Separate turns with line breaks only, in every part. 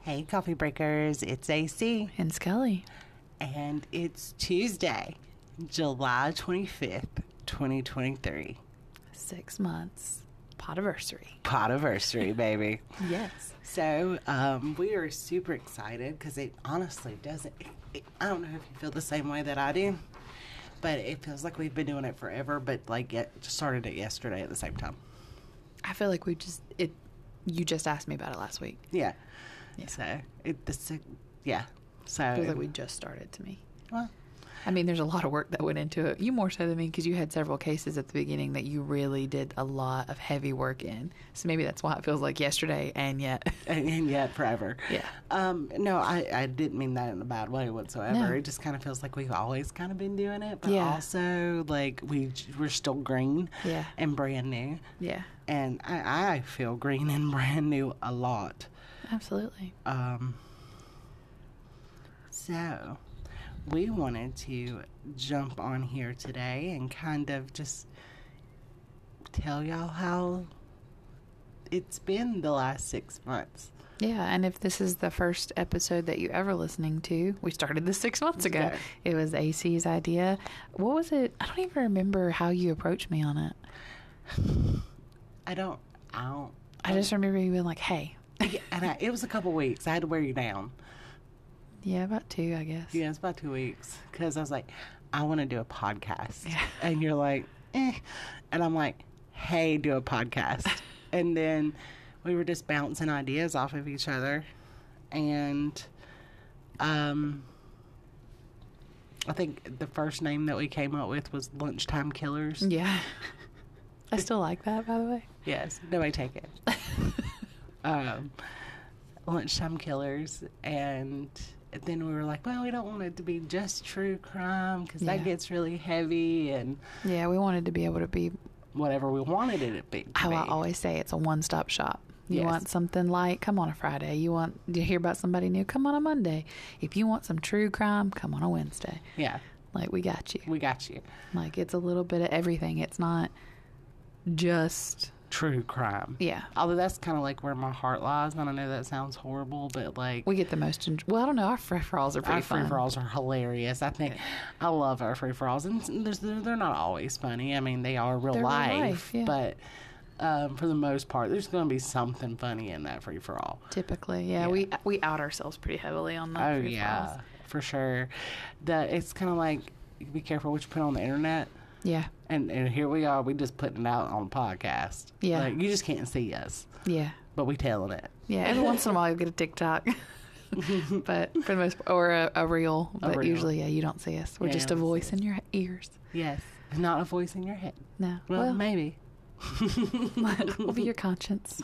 Hey, coffee breakers, it's AC,
And Scully.
and it's Tuesday, July 25th, 2023.
Six months. Potiversary.
Potiversary, baby.
Yes.
So, um, we are super excited because it honestly doesn't. It, it, I don't know if you feel the same way that I do, but it feels like we've been doing it forever, but like it started it yesterday at the same time.
I feel like we just it you just asked me about it last week.
Yeah.
Yeah.
So, it, it's, a- yeah. So,
I feel like we just started to me.
well,
I mean, there's a lot of work that went into it. You more so than me because you had several cases at the beginning that you really did a lot of heavy work in. So maybe that's why it feels like yesterday and yet.
and, and yet forever.
Yeah.
Um, no, I, I didn't mean that in a bad way whatsoever.
No.
It just kind of feels like we've always kind of been doing it, but
Yeah.
also like we we're still green
Yeah.
and brand new,
Yeah.
and I, I feel green and brand new a lot.
Absolutely.
Um, so we wanted to jump on here today and kind of just tell y'all how it's been the last six months.
Yeah, and if this is the first episode that you're ever listening to, we started this six months ago.
Yeah.
It was AC's idea. What was it? I don't even remember how you approached me on it.
I don't, I don't.
I just remember you being like, "Hey,
Yeah, and I, it was a couple weeks. I had to wear you down.
yeah, about two, I guess."
Yeah, it's about two weeks because I was like, I want to do a podcast,
Yeah.
and you're like, eh, and I'm like, hey, do a podcast, and then we were just bouncing ideas off of each other, and um, I think the first name that we came up with was Lunchtime Killers.
Yeah. I still like that, by the way.
Yes, nobody take it. um, lunchtime killers, and then we were like, well, we don't want it to be just true crime because
Yeah.
that gets really heavy and
Yeah, we wanted to be able to be
whatever we wanted it to be. to
how I
be.
always say it's a one-stop shop. You
Yes.
want something light, come on a Friday. You want you hear about somebody new, come on a Monday. If you want some true crime, come on a Wednesday.
Yeah,
Like we got you.
we got you.
Like it's a little bit of everything. It's not just
True crime.
yeah.
Although that's kind of like where my heart lies, and I know that sounds horrible, but like
We get the most. En- well, I don't know. Our free for alls are pretty
our free
fun.
for alls are hilarious. I think I love our free for alls, and s- there's, they're they're not always funny. I mean, they are real
They're real
life,
life, yeah.
but um, for the most part, there's going to be something funny in that free for all.
Typically, yeah, we we out ourselves pretty heavily on the
Oh
free for
yeah,
alls.
for sure. That it's kind of like be careful what you put on the internet.
Yeah,
And, and here we are, we just putting it out on podcast.
Yeah.
like, you just can't see us,
yeah,
but we telling it.
yeah. Every once in a while, you get a TikTok, but for the most or a, a reel. But
reel.
usually, yeah, you don't see us. We're
Yeah,
just
you don't
a
see
voice in your ears.
Yes, not a voice in your head.
No,
Well,
well,
maybe.
will be your conscience.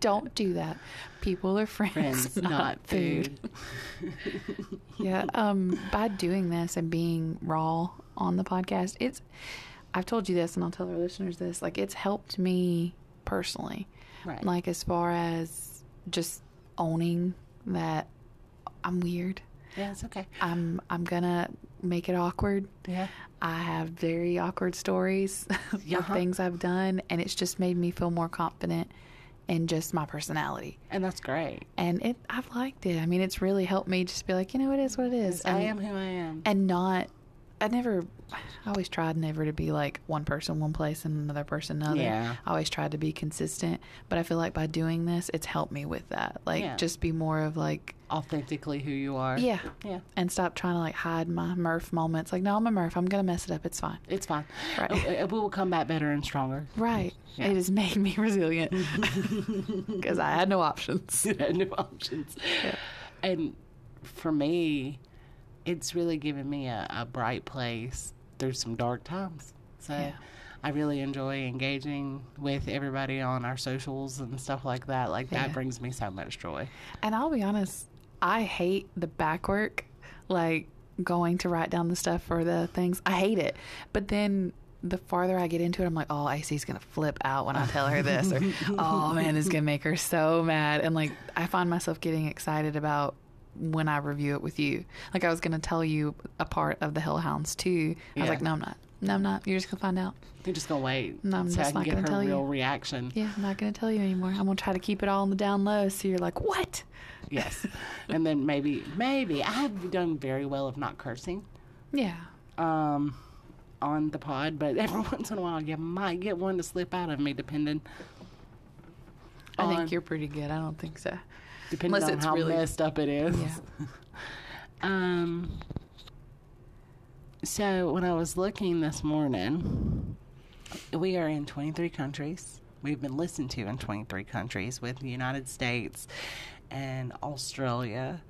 don't do that. People are friends,
Friends,
not, food. yeah um by doing this and being raw on the podcast it's i've told you this and i'll tell our listeners this like it's helped me personally
Right.
like as far as just owning that i'm weird
yeah, it's okay.
i'm i'm gonna make it awkward
Yeah.
I have very awkward stories of
Uh-huh.
things I've done, and it's just made me feel more confident in just my personality.
And that's great.
And it, I've liked it. I mean, it's really helped me just be like, you know, it is what it is.
I
And-
am who I am.
and not I never I always tried never to be like one person one place and another person another.
Yeah.
I always tried to be consistent, but I feel like by doing this it's helped me with that. Like
Yeah.
just be more of like
Authentically who you are.
yeah.
Yeah.
And stop trying to like hide my Murph moments. Like, no, I'm a Murph. I'm gonna mess it up. It's fine.
It's fine.
Right.
Uh, uh, We will come back better and stronger.
Right.
Yeah.
It has made me resilient because I had no options.
New options. And for me, it's really given me a, a bright place through some dark times. So
Yeah.
I really enjoy engaging with everybody on our socials and stuff like that. Like that
Yeah.
brings me so much joy.
And I'll be honest, I hate the back work, like going to write down the stuff for the things. I hate it. But then the farther I get into it, I'm like, oh, AC's going to flip out when I tell her this. Or, oh, man, it's going to make her so mad. And like, I find myself getting excited about when I review it with you. Like, I was going to tell you a part of the Hellhounds too. I was
Yeah.
like, no, I'm not. No, I'm not. You're just gonna find out.
You're just gonna wait.
No, I'm
so
just
I can
not
get
gonna
her
tell you.
real reaction.
Yeah, I'm not gonna tell you anymore. I'm gonna try to keep it all on the down low, so you're like, what?
Yes. and then maybe, maybe I have done very well of not cursing
Yeah.
um, on the pod, but every once in a while you might get one to slip out of me, depending.
I
on-
think you're pretty good. I don't think so.
depending
Unless
on
it's
how
really-
messed up it is.
Yeah.
um. So when I was looking this morning, we are in 23 countries. We've been listened to in 23 countries, with the United States and Australia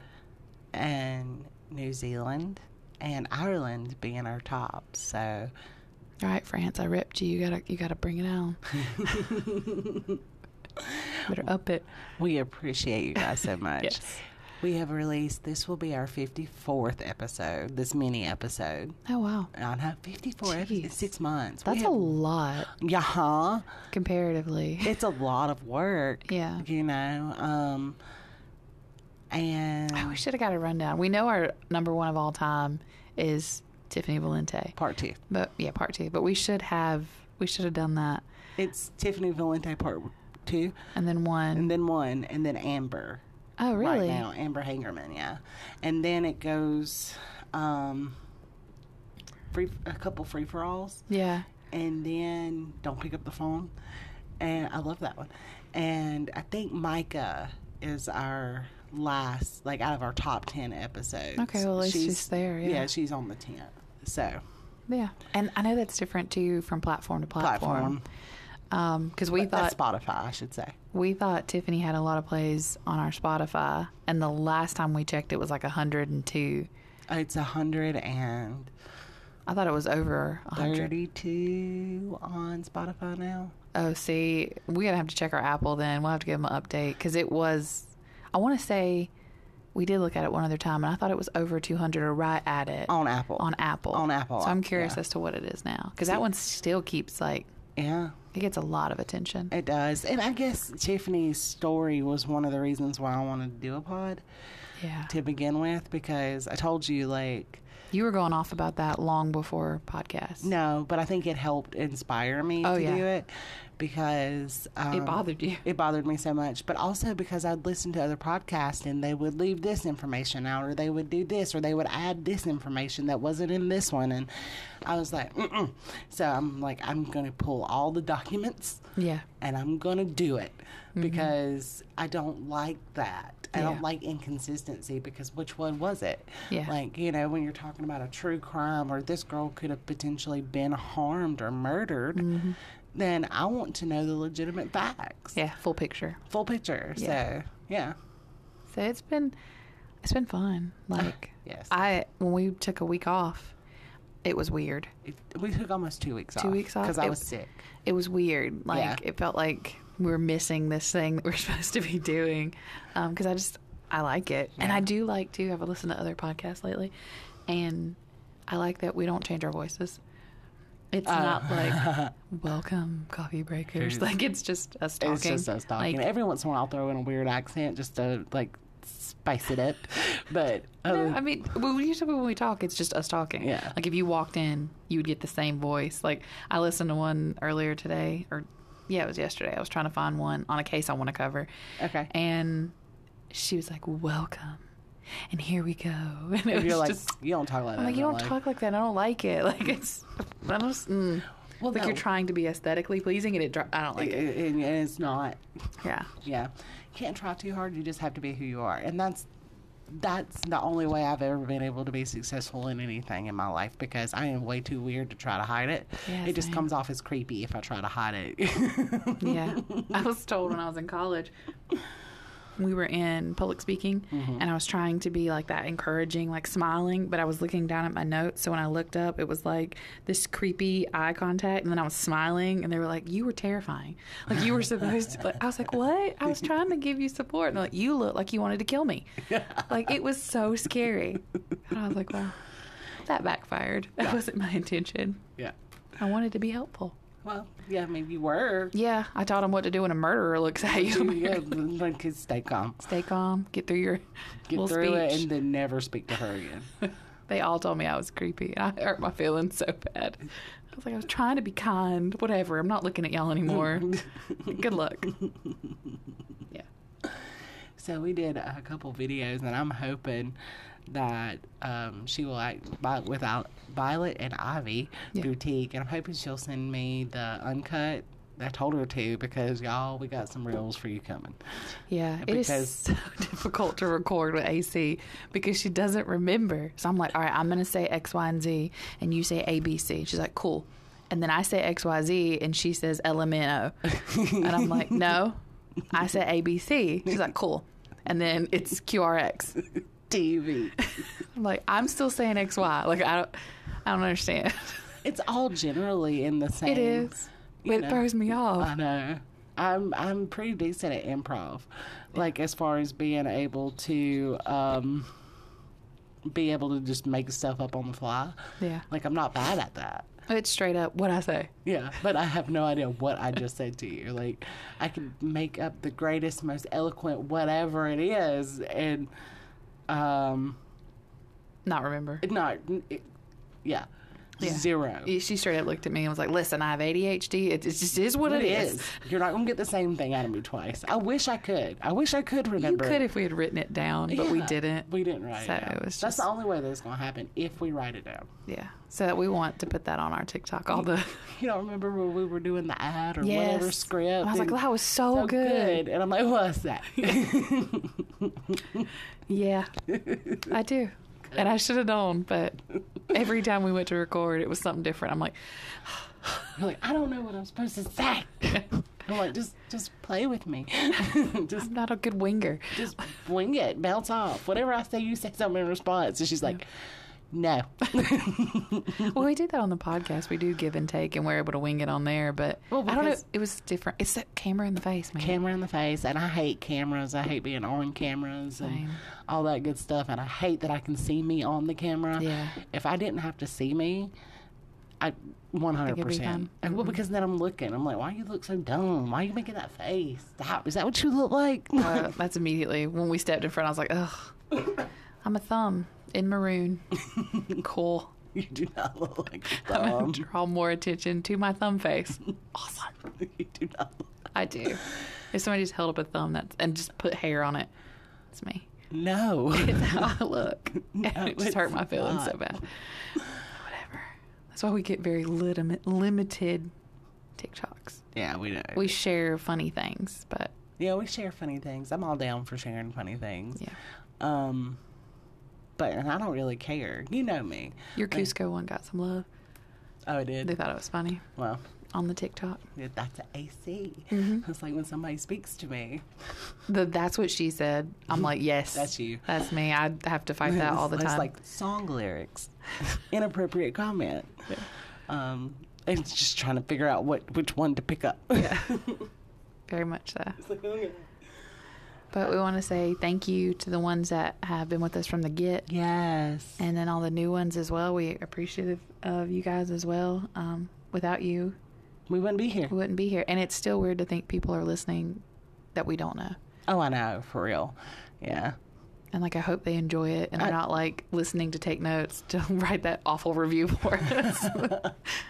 and New Zealand and Ireland being our top. So
All right, France, I ripped you. You gotta, you gotta bring it on. Better up it.
we appreciate you guys so much.
Yes.
We have released, this will be our 54th episode, this mini episode.
Oh wow,
I know, 54 episodes
Jeez.
in six months.
that's a lot
Yeah, huh?
comparatively.
It's a lot of work.
Yeah.
You know, um, and
Oh, we should have got a rundown. We know our number one of all time is Tiffany Valente,
part two.
but yeah, part two. But we should have, we should have done that,
It's Tiffany Valente part two,
and then one
and then one, and then Amber.
oh
Right
really?
now, Amber Hangerman, yeah. And then it goes, um, free a couple free for alls.
Yeah.
and then don't pick up the phone. And I love that one. And I think Micah is our last, like out of our top ten episodes.
Okay, well, at least she's there, yeah.
she's on the tenth. So
Yeah, and I know that's different too from platform to platform.
platform,
Um, 'cause because we
But that's
thought
Spotify, I should say.
we thought Tiffany had a lot of plays on our Spotify, and the last time we checked, it was like hundred and two.
Uh, It's a hundred and
I thought it was over hundred.
thirty-two on Spotify now.
Oh, see, we gotta have to check our Apple then. We'll have to give them an update because it was. I want to say we did look at it one other time, and I thought it was over two hundred or right at it
On Apple.
on Apple.
On Apple,
So I'm curious
yeah.
as to what it is now because that one still keeps like
yeah.
it gets a lot of attention.
It does. And I guess Tiffany's story was one of the reasons why I wanted to do a pod
yeah.
to begin with because I told you like
You were going off about that long before podcast.
No, but I think it helped inspire me
Oh,
to
yeah.
do it because um,
it bothered you.
It bothered me so much, but also because I'd listen to other podcasts and they would leave this information out, or they would do this, or they would add this information that wasn't in this one, and I was like, Mm-mm. so I'm like, I'm gonna pull all the documents
Yeah.
and I'm gonna do it because I don't like that. I
Mm-hmm. Yeah.
don't like inconsistency because which one was it?
Yeah.
Like, you know, when you're talking about a true crime or this girl could have potentially been harmed or murdered,
Mm-hmm.
then I want to know the legitimate facts.
Yeah. Full picture.
Full picture.
Yeah.
So, yeah.
So it's been it's been fun. Like
Yes.
I when we took a week off, it was weird.
It, we took almost two weeks off.
weeks off?
Because I
It-
was sick.
It was weird. Like
Yeah.
it felt like we were missing this thing that we're supposed to be doing. Um, 'cause cuz I just I like it. And I do like to have listened to other podcasts lately and I like that we don't change our voices. It's
Uh.
not like welcome coffee breakers. Like it's just us talking.
It's just us talking.
Like,
Every once in a while, I'll throw in a weird accent just to, like, spice it up. but, oh, other
No, I mean, well, when usually when we talk, it's just us talking.
Yeah.
Like if you walked in, you would get the same voice. Like I listened to one earlier today, or yeah, it was yesterday. I was trying to find one on a case I want to cover,
okay.
and she was like, "Welcome," and here we go. And it was
You're like,
just,
you don't talk like that.
I'm like,
in
you
real
don't
life."
talk like that. I don't like it. Like it's, I don't. Mm.
Well,
like
no.
you're trying to be aesthetically pleasing, and it. dri- I don't like it.
It- it- and it's not.
Yeah.
Yeah, can't try too hard. You just have to be who you are, and that's that's the only way I've ever been able to be successful in anything in my life because I am way too weird to try to hide it.
Yeah,
it just
same.
comes off as creepy if I try to hide it.
Yeah. I was told when I was in college, we were in public speaking, and I was trying to be like that encouraging, like smiling, but I was looking down at my notes. So when I looked up, it was like this creepy eye contact, and then I was smiling, and they were like, You were terrifying. Like, you were supposed to. Like, I was like, What? I was trying to give you support. And they're like, You look like you wanted to kill me. Like, it was so scary. And I was like, Wow, that backfired. That wasn't my intention.
yeah.
I wanted to be helpful.
Well, yeah, maybe you were.
Yeah, I taught him what to do when a murderer looks at you.
Yeah, like stay calm,
Stay calm. Get through your
get
little
through
speech.
it, and then never speak to her again.
They all told me I was creepy. I hurt my feelings so bad. I was like, I was trying to be kind. Whatever. I'm not looking at y'all anymore. Good luck. Yeah.
So we did a couple videos, and I'm hoping that um, she will act by, without Violet and Ivy
Yeah.
boutique, and I'm hoping she'll send me the uncut. I told her to because y'all, we got some reels for you coming.
Yeah, it
Because-
is so difficult to record with AC because she doesn't remember. So I'm like, all right, I'm going to say X, Y, and Z, and you say A, B, C. She's like, cool. And then I say X, Y, Z, and she says L, M, N, O. And I'm like, no, I said A, B, C. She's like, cool. And then it's Q, R, X.
TV.
I'm like, I'm still saying X, Y. Like, I don't, I don't understand.
it's all generally in the same.
It is.
you
It
know.
throws me off.
I know. I'm I'm pretty decent at improv, like as far as being able to um, be able to just make stuff up on the fly.
Yeah.
Like I'm not bad at that.
It's straight up what I say.
Yeah, but I have no idea what I just said to you. Like I can make up the greatest, most eloquent whatever it is, and um,
Not remember.
not it, yeah,
Yeah.
zero.
She straight up looked at me and was like, listen, I have ADHD. It, it just is what
It
is.
is. You're not gonna get the same thing out of me twice. I wish I could. I wish I could
You
remember.
could if we had written it down, but we
Yeah,
didn't.
We didn't write
So
it down.
it was
That's the
just-
only way that's going to happen if we write it down.
Yeah. So we want to put that on our TikTok. All the
You don't remember when we were doing the ad or whatever
Yes.
script?
I was like,
and
that was so,
so
good.
And I'm like, what's that?
Yeah, I do. And I should have known, but every time we went to record, it was something different. I'm like,
I'm like, I don't know what I'm supposed to say. I'm like, just just play with me. just
I'm not a good winger.
just wing it, bounce off. Whatever I say, you say something in response. And she's like, no.
Well, we did that on the podcast. We do give and take, and we're able to wing it on there. But
Well,
I don't know.
because-
It was different. It's that camera in the face, man.
camera in the face and I hate cameras. I hate being on cameras and
Same.
all that good stuff and I hate that I can see me on the camera.
Yeah.
If I didn't have to see me, I
it'd be
100%.
fun. Mm-hmm.
And well, because then I'm looking. I'm like, why you look so dumb? Why you making that face? Stop. Is that what you look like?
Uh, that's immediately when we stepped in front. I was like, ugh, I'm a thumb in maroon. Cool.
you do not look like a
I'm gonna
thumb.
draw more attention to my thumb face. Awesome.
you do not look.
I do. If somebody just held up a thumb that's, and just put hair on it, it's me.
No.
It's how I look.
No,
And it just
it's
hurt my feelings so
not.
bad. Whatever. That's why we get very lim- limited TikToks.
yeah, we know.
We share funny things, but
yeah, we share funny things. I'm all down for sharing funny things.
yeah.
Um, but and I don't really care. You know me.
Your
Like-
Cusco one got some love.
Oh, I did.
They thought it was funny
Well,
on the TikTok.
yeah, that's an AC.
Mhm.
It's like when somebody speaks to me.
The, that's what she said. I'm like, yes.
Mm-hmm. That's you.
That's me. I have to fight that all the
It's
time.
like song lyrics, inappropriate comment. Um, and it's just trying to figure out what which one to pick up.
yeah. Very much so.
It's like, oh, okay.
But we want to say thank you to the ones that have been with us from the get,
Yes.
and then all the new ones as well. We appreciative of you guys as well. Um, without you,
we wouldn't be here.
we wouldn't be here. And it's still weird to think people are listening that we don't know.
Oh, I know, for real. Yeah.
And like, I hope they enjoy it, and
I-
they're not like listening to take notes to write that awful review for us.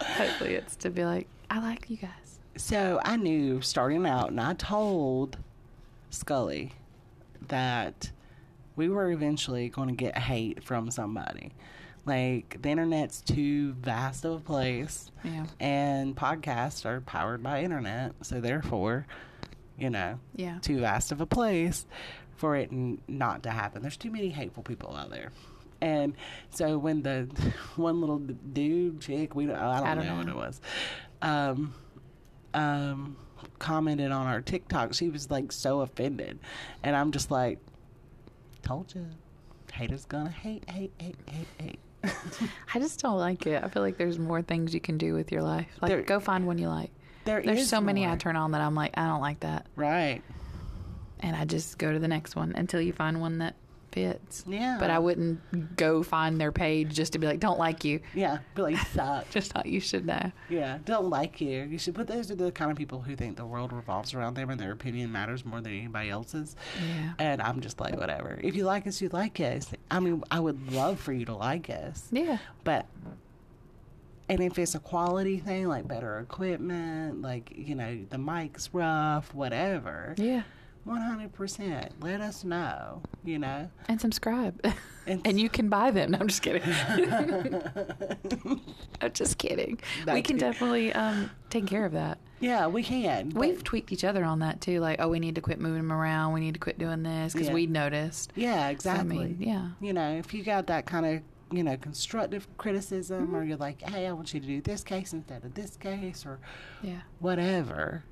Hopefully, it's to be like, I like you guys.
So I knew starting out, and I told Scully that we were eventually going to get hate from somebody. Like, the internet's too vast of a place,
Yeah,
and podcasts are powered by internet. So, therefore, you know,
yeah,
too vast of a place for it n- not to happen. There's too many hateful people out there. And so when the one little d- dude chick, we don't, I don't,
I don't
know, what
know.
it was, um, um, commented on our TikTok, she was like so offended, and I'm just like, told you, haters gonna hate, hate, hate, hate, hate.
I just don't like it. I feel like there's more things you can do with your life. Like,
There-
go find one you like.
There
There's
is
so many I
more.
turn on that I'm like, I don't like that.
right.
And I just go to the next one until you find one that fits.
Yeah.
But I wouldn't go find their page just to be like, don't like you.
Yeah, be like suck.
Just thought you should know.
Yeah, don't like you. You should. But those are the kind of people who think the world revolves around them and their opinion matters more than anybody else's.
Yeah.
And I'm just like, whatever. If you like us, you like us. I mean, I would love for you to like us,
Yeah.
but and if it's a quality thing, like better equipment, like you know the mic's rough, whatever,
Yeah.
one hundred percent. Let us know. You know.
And subscribe.
And-
And, you can buy them. No, I'm just kidding. I'm just kidding. we
That's
can
good.
definitely um, take care of that.
Yeah, we can. but-
We've tweaked each other on that too. Like, oh, we need to quit moving them around. We need to quit doing this because
Yeah.
we noticed.
Yeah, exactly.
I mean, yeah.
You know, if you got that kind of, you know, constructive criticism or
Mm-hmm.
you're like, hey, I want you to do this case instead of this case or
Yeah.
whatever,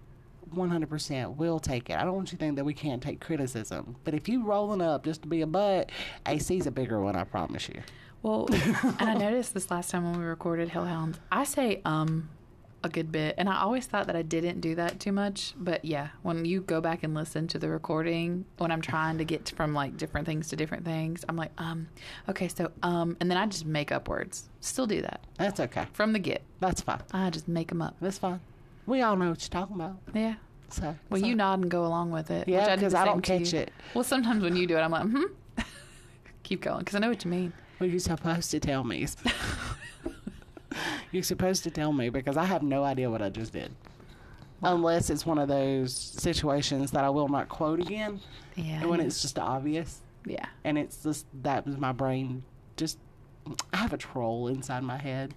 100% we'll take it. I don't want you to think that we can't take criticism. But if you rolling up just to be a butt, AC's a bigger one, I promise you.
Well, and I noticed this last time when we recorded Hellhounds. I say um a good bit, and I always thought that I didn't do that too much. But yeah, when you go back and listen to the recording, when I'm trying to get from like different things to different things, I'm like um okay, so um, and then I just make up words. Still do that
That's okay.
from the get.
That's fine.
I just make them up.
That's fine. We all know what you're talking about.
Yeah.
So,
Well, you nod and go along with it.
Yeah,
which do
'cause
the
I
same
don't
to
catch
you.
it.
Well, sometimes when you do it, I'm like, hmm. Keep going, because I know what you mean.
Well, you're supposed to tell me. you're supposed to tell me because I have no idea what I just did. Unless it's one of those situations that I will not quote again.
Yeah.
And when it's just obvious.
yeah.
And it's just that was my brain just. I have a troll inside my head,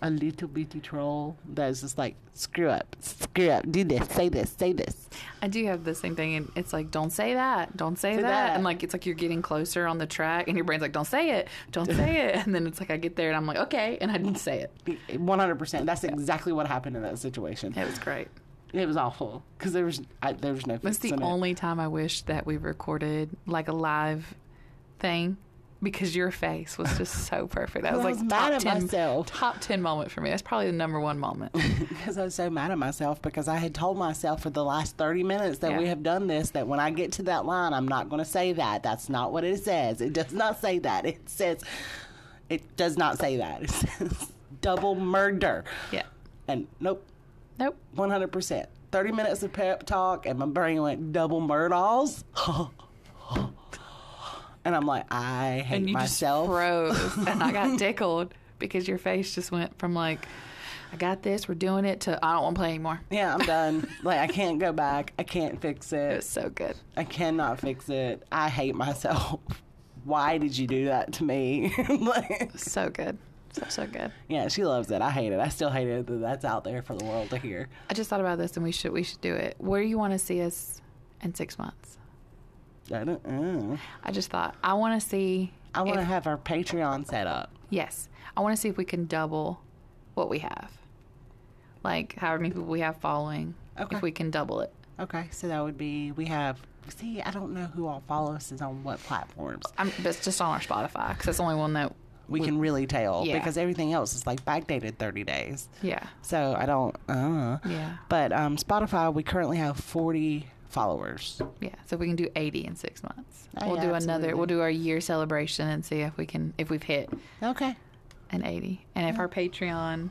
a little bitty troll that's just like, screw up, screw up, do this, say this, say this.
I do have the same thing, and it's like, don't say that, don't say
Say
that.
that.
and like it's like you're getting closer on the track, and your brain's like, don't say it, don't say it, and then it's like I get there, and I'm like, okay, and I didn't say it.
100%. That's exactly what happened in that situation.
It was great.
It was awful because there was, I, there was no
That's
fixing
the
it.
only time I wish that we recorded like a live thing because your face was just so perfect. That was
I
like
was
top
mad at
ten,
myself.
top ten moment for me. That's probably the number one moment.
Because I was so mad at myself because I had told myself for the last 30 minutes that we
Yeah.
have done this, that when I get to that line, I'm not going to say that. That's not what it says. It does not say that. It says, it does not say that. It says double murder.
yeah.
And nope,
Nope.
100%. 30 minutes of pep talk, and my brain went double murdals. and I'm like, I hate
and you
myself.
just froze, and I got tickled because your face just went from like, I got this, we're doing it, to I don't want to play anymore.
yeah, I'm done. like, I can't go back. I can't fix
It
it.
was so good.
I cannot fix it. I hate myself. Why did you do that to me? like,
So good. So, so good.
yeah, she loves it. I hate it. I still hate it that that's out there for the world to hear.
I just thought about this and we should we should do it. Where do you want to see us in six months?
I don't know.
I just thought I want to see.
I want to
if-
have our Patreon set up.
Yes, I want to see if we can double what we have, like however many people we have following.
Okay.
If we can double it,
Okay, so that would be we have. See, I don't know who all follows us on what platforms.
I'm that's just on our Spotify because that's the only one that.
We can really tell
Yeah.
because everything else is like backdated thirty days.
Yeah.
So I don't. Uh,
Yeah.
But um, Spotify, we currently have forty followers.
Yeah, so if we can do 80 in six months,
Oh,
we'll
yeah,
do
absolutely.
another. We'll do our year celebration and see if we can if we've hit
Okay.
an 80, and if our Patreon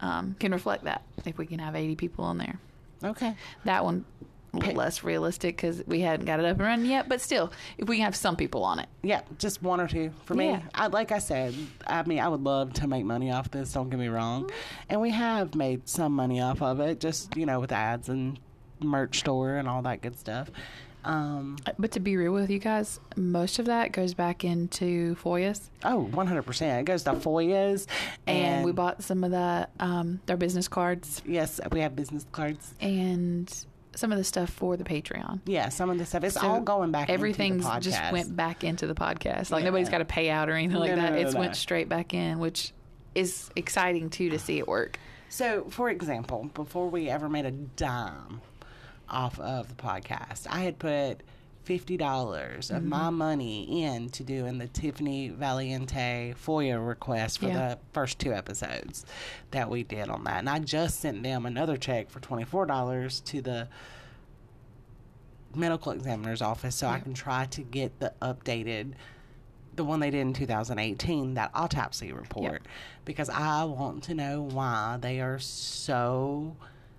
um, can reflect that, if we can have 80 people on there.
Okay.
That one a little less realistic because we hadn't got it up and running yet, but still, if we can have some people on it,
Yeah, just one or two for me.
Yeah.
I, like I said, I mean, I would love to make money off this. Don't get me wrong,
Mm-hmm.
and we have made some money off of it, just you know, with ads and merch store and all that good stuff. Um,
but to be real with you guys, most of that goes back into Foyas,
oh, one hundred percent. It goes to Foyas,
and, we bought some of the um, their business cards
Yes, we have business cards.
and some of the stuff for the Patreon.
Yeah, some of the stuff. It's
So
all going back. into the
Everything's just
podcast.
went back into the podcast. Like
Yeah.
nobody's got to pay out or anything like
No, no,
that.
no, no,
it's
no.
went straight back in, which is exciting too to see it work.
So, for example, before we ever made a dime off of the podcast, I had put fifty dollars of my money in to doing the Tiffany Valiente FOIA request for
Yeah.
the first two episodes that we did on that, and I just sent them another check for twenty four dollars to the medical examiner's office so I can try to get the updated, the one they did in 2018, that autopsy report, because I want to know why they are so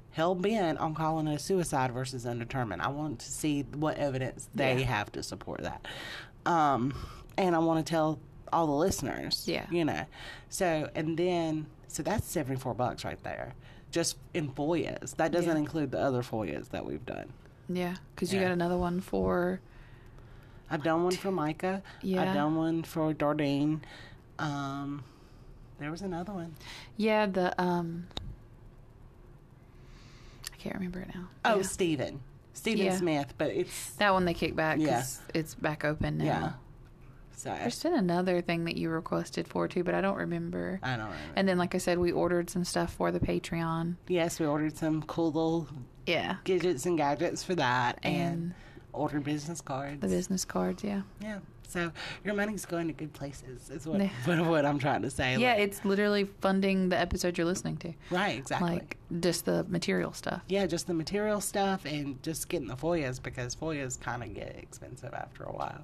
hell bent on calling it a suicide versus undetermined. I want to see what evidence they
Yeah.
have to support that. Um, and I want to tell all the listeners,
Yeah.
you know. So, and then, so that's 74 bucks right there. Just in FOIAs. That doesn't
Yeah.
include the other FOIAs that we've done.
Yeah, because you
Yeah.
got another one for
I've done one for Micah.
Yeah.
I've done one for Dardine. Um, there was another one.
yeah the um. I can't remember it now.
Oh,
Yeah.
Stephen. Stephen
Yeah.
Smith, but it's
that one they kicked back.
Yeah.
'cause it's back open now.
yeah. So
There's been another thing that you requested for too, but I don't remember.
I don't remember.
And then, like I said, we ordered some stuff for the Patreon.
yes, we ordered some cool little
Yeah,
gadgets and gadgets for that, and,
And-
ordered business cards.
the business cards. Yeah,
yeah. So your money's going to good places. Is what
Yeah.
what, what I'm trying to say.
yeah.
Like-
It's literally funding the episode you're listening to,
right. Exactly.
like just the material stuff.
yeah, just the material stuff and just getting the FOIAs because FOIAs kind of get expensive after a while,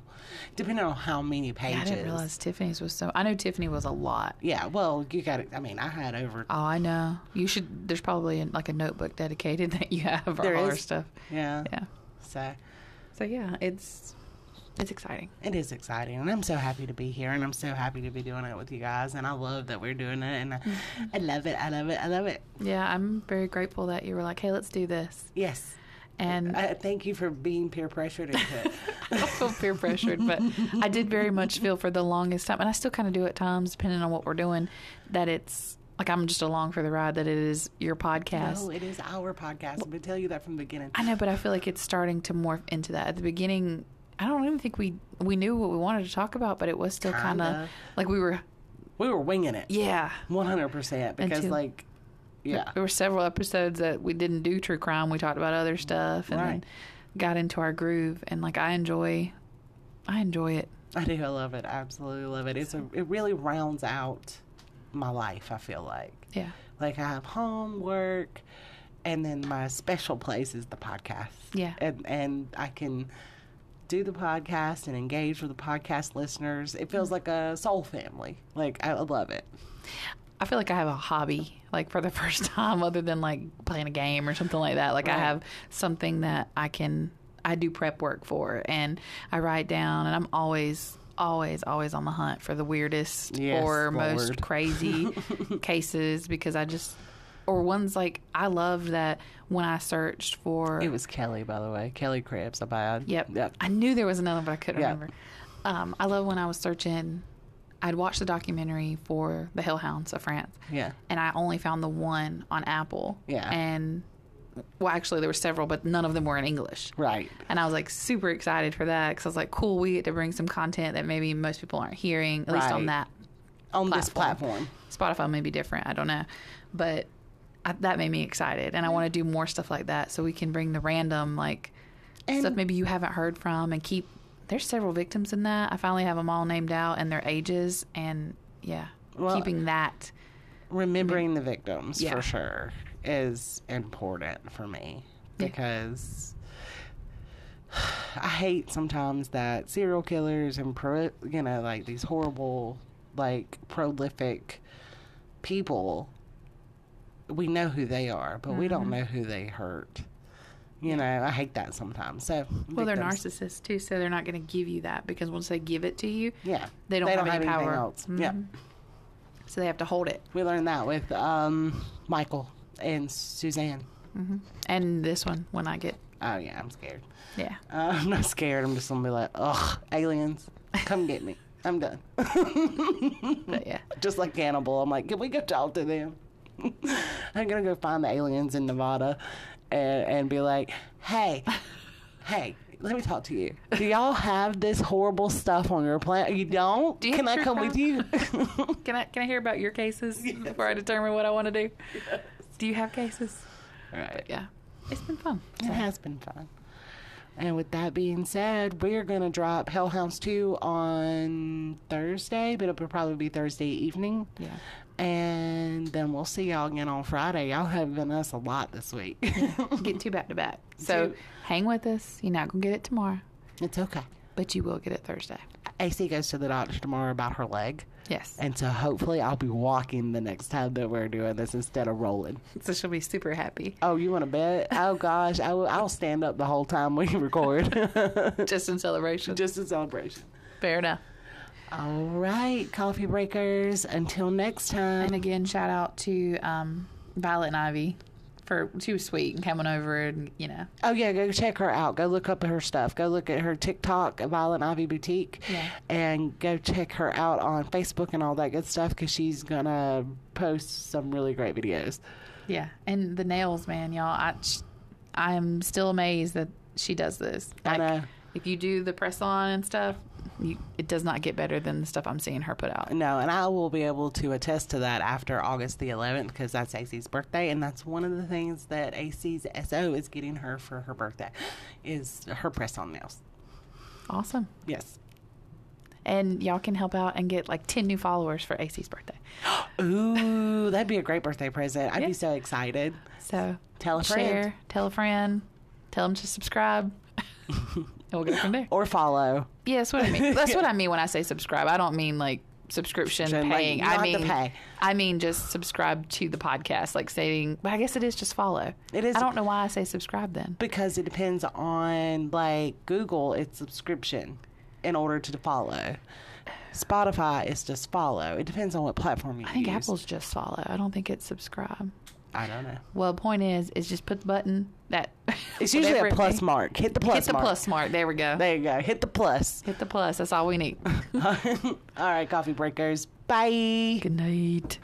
depending on how many
Yeah,
pages.
I didn't realize Tiffany's was so. I know Tiffany was a lot.
Yeah, well, you got it. I mean, I had over.
Oh, I know. You should. There's probably an, like a notebook dedicated that you have for
There
all our
is.
stuff.
Yeah.
Yeah.
So
So yeah, it's it's exciting.
it is exciting. And I'm so happy to be here. And I'm so happy to be doing it with you guys. And I love that we're doing it. And I, I love it. I love it. I love it.
Yeah, I'm very grateful that you were like, hey, let's do this.
Yes.
And
I, thank you for being peer pressured into it.
I don't feel peer pressured, but I did very much feel for the longest time, and I still kind of do at times, depending on what we're doing, that it's like I'm just along for the ride. That it is your podcast.
No, it is our podcast. I'm going to tell you that from the beginning.
I know, but I feel like it's starting to morph into that. At the beginning, I don't even think we we knew what we wanted to talk about, but it was still kind of
Kinda.
like we were.
We were winging it
Yeah,
100% because,
two-
like, yeah.
there were several episodes that we didn't do true crime. We talked about other stuff, and then
Right.
got into our groove. And like I enjoy, I enjoy it.
I do. I love it. I absolutely love it. It's a, it really rounds out my life, I feel like.
Yeah,
Like I have home, work, and then my special place is the podcast.
Yeah.
And and I can do the podcast and engage with the podcast listeners. It feels like a soul family. Like I love it.
I feel like I have a hobby, like for the first time, other than like playing a game or something like that. Like I
Right.
have something that I can, I do prep work for, and I write down, and I'm always, always, always on the hunt for the weirdest
Yes,
or most
Lord.
crazy cases because I just, or ones like I loved that when I searched for
It was Kelly, by the way. Kelly Cribs, I bad.
Yep.
Yep.
I knew there was another, one, but I couldn't
Yep.
remember. Um, I love when I was searching. I'd watched the documentary for the Hellhounds of France.
Yeah.
And I only found the one on Apple.
Yeah.
And well, actually, there were several, but none of them were in English.
Right.
And I was like super excited for that because I was like, cool, we get to bring some content that maybe most people aren't hearing, at least
Right.
on that
On this
Platform.
platform.
Spotify may be different. I don't know, but I, that made me excited, and I want to do more stuff like that so we can bring the random like stuff
And-
maybe you haven't heard from and keep. There's several victims in that. I finally have them all named out and their ages, and yeah,
Well-
keeping that.
remembering the victims
Yeah.
for sure is important for me
Yeah.
because I hate sometimes that serial killers and pro, you know like these horrible like prolific people we know who they are but we
Mm-hmm.
don't know who they hurt you know I hate that sometimes so
Well, they're
victims-
narcissists too, so they're not going to give you that because once they give it to you,
yeah
they don't have any
anything
power. Mm-hmm.
else yeah
so they have to hold it.
we learned that with um Michael and Suzanne
And this one, when I get,
oh yeah I'm scared
yeah,
Uh, I'm not scared. I'm just gonna be like, ugh, aliens, come get me. I'm done.
but yeah,
just like Hannibal, I'm like, can we go talk to them? I'm gonna go find the aliens in Nevada and, and be like, hey, hey, let me talk to you. Do y'all have this horrible stuff on your planet? You don't?
Do you
can
have
I
true
come with you?
Can I can I hear about your cases before I determine what I want to do? Do you have cases?
right.
Yeah, it's been fun.
It has been fun. And with that being said, we're going to drop Hellhounds 2 on Thursday, but it'll probably be Thursday evening.
Yeah.
And then we'll see y'all again on Friday. Y'all have given us a lot this week.
Get two back to back. So
Two.
hang with us. You're not going to get it tomorrow,
it's okay.
but you will get it Thursday.
AC goes to the doctor tomorrow about her leg.
Yes.
And so hopefully I'll be walking the next time that we're doing this instead of rolling.
So she'll be super happy.
Oh, you want to bet? Oh, gosh. I will, I'll stand up the whole time we record
Just in celebration.
just in celebration.
Fair enough.
All right, coffee breakers. Until next time.
And again, shout out to um, Violet and Ivy for she was sweet and coming over and you know
Oh yeah, go check her out. Go look up her stuff. Go look at her TikTok, Violent Ivy Boutique,
Yeah.
and go check her out on Facebook and all that good stuff because she's gonna post some really great videos.
yeah and the nails man y'all I sh- I am still amazed that she does this
I know.
if you do the press on and stuff you, it does not get better than the stuff I'm seeing her put out
uh, No, and I will be able to attest to that after August the 11th because that's AC's birthday, and that's one of the things that AC's SO is getting her for her birthday, is her press on nails.
awesome
Yes.
and y'all can help out and get like 10 new followers for AC's birthday
Ooh, that'd be a great birthday present. I'd
Yeah.
be so excited.
so
Tell a friend.
share tell a friend tell them to subscribe and we'll go from there
Or follow.
Yeah, that's what I mean. That's what I mean when I say subscribe. I don't mean like subscription
Subscription, like,
paying.
you
I
don't have
mean,
to pay.
I mean just subscribe to the podcast, like saying. But I guess it is just follow.
It is-
I don't know why I say subscribe then.
because it depends on like Google, it's subscription in order to follow. Spotify is just follow. It depends on what platform you
I think
use.
Apple's just follow. I don't think it's subscribe.
I don't know.
Well, point is, is just put the button that.
It's usually
whatever
a
it
plus
may-
mark. Hit the plus
Hit the
mark.
plus mark. There we go.
There you go. Hit the plus.
Hit the plus. That's all we need.
All right, coffee breakers. Bye.
Good night.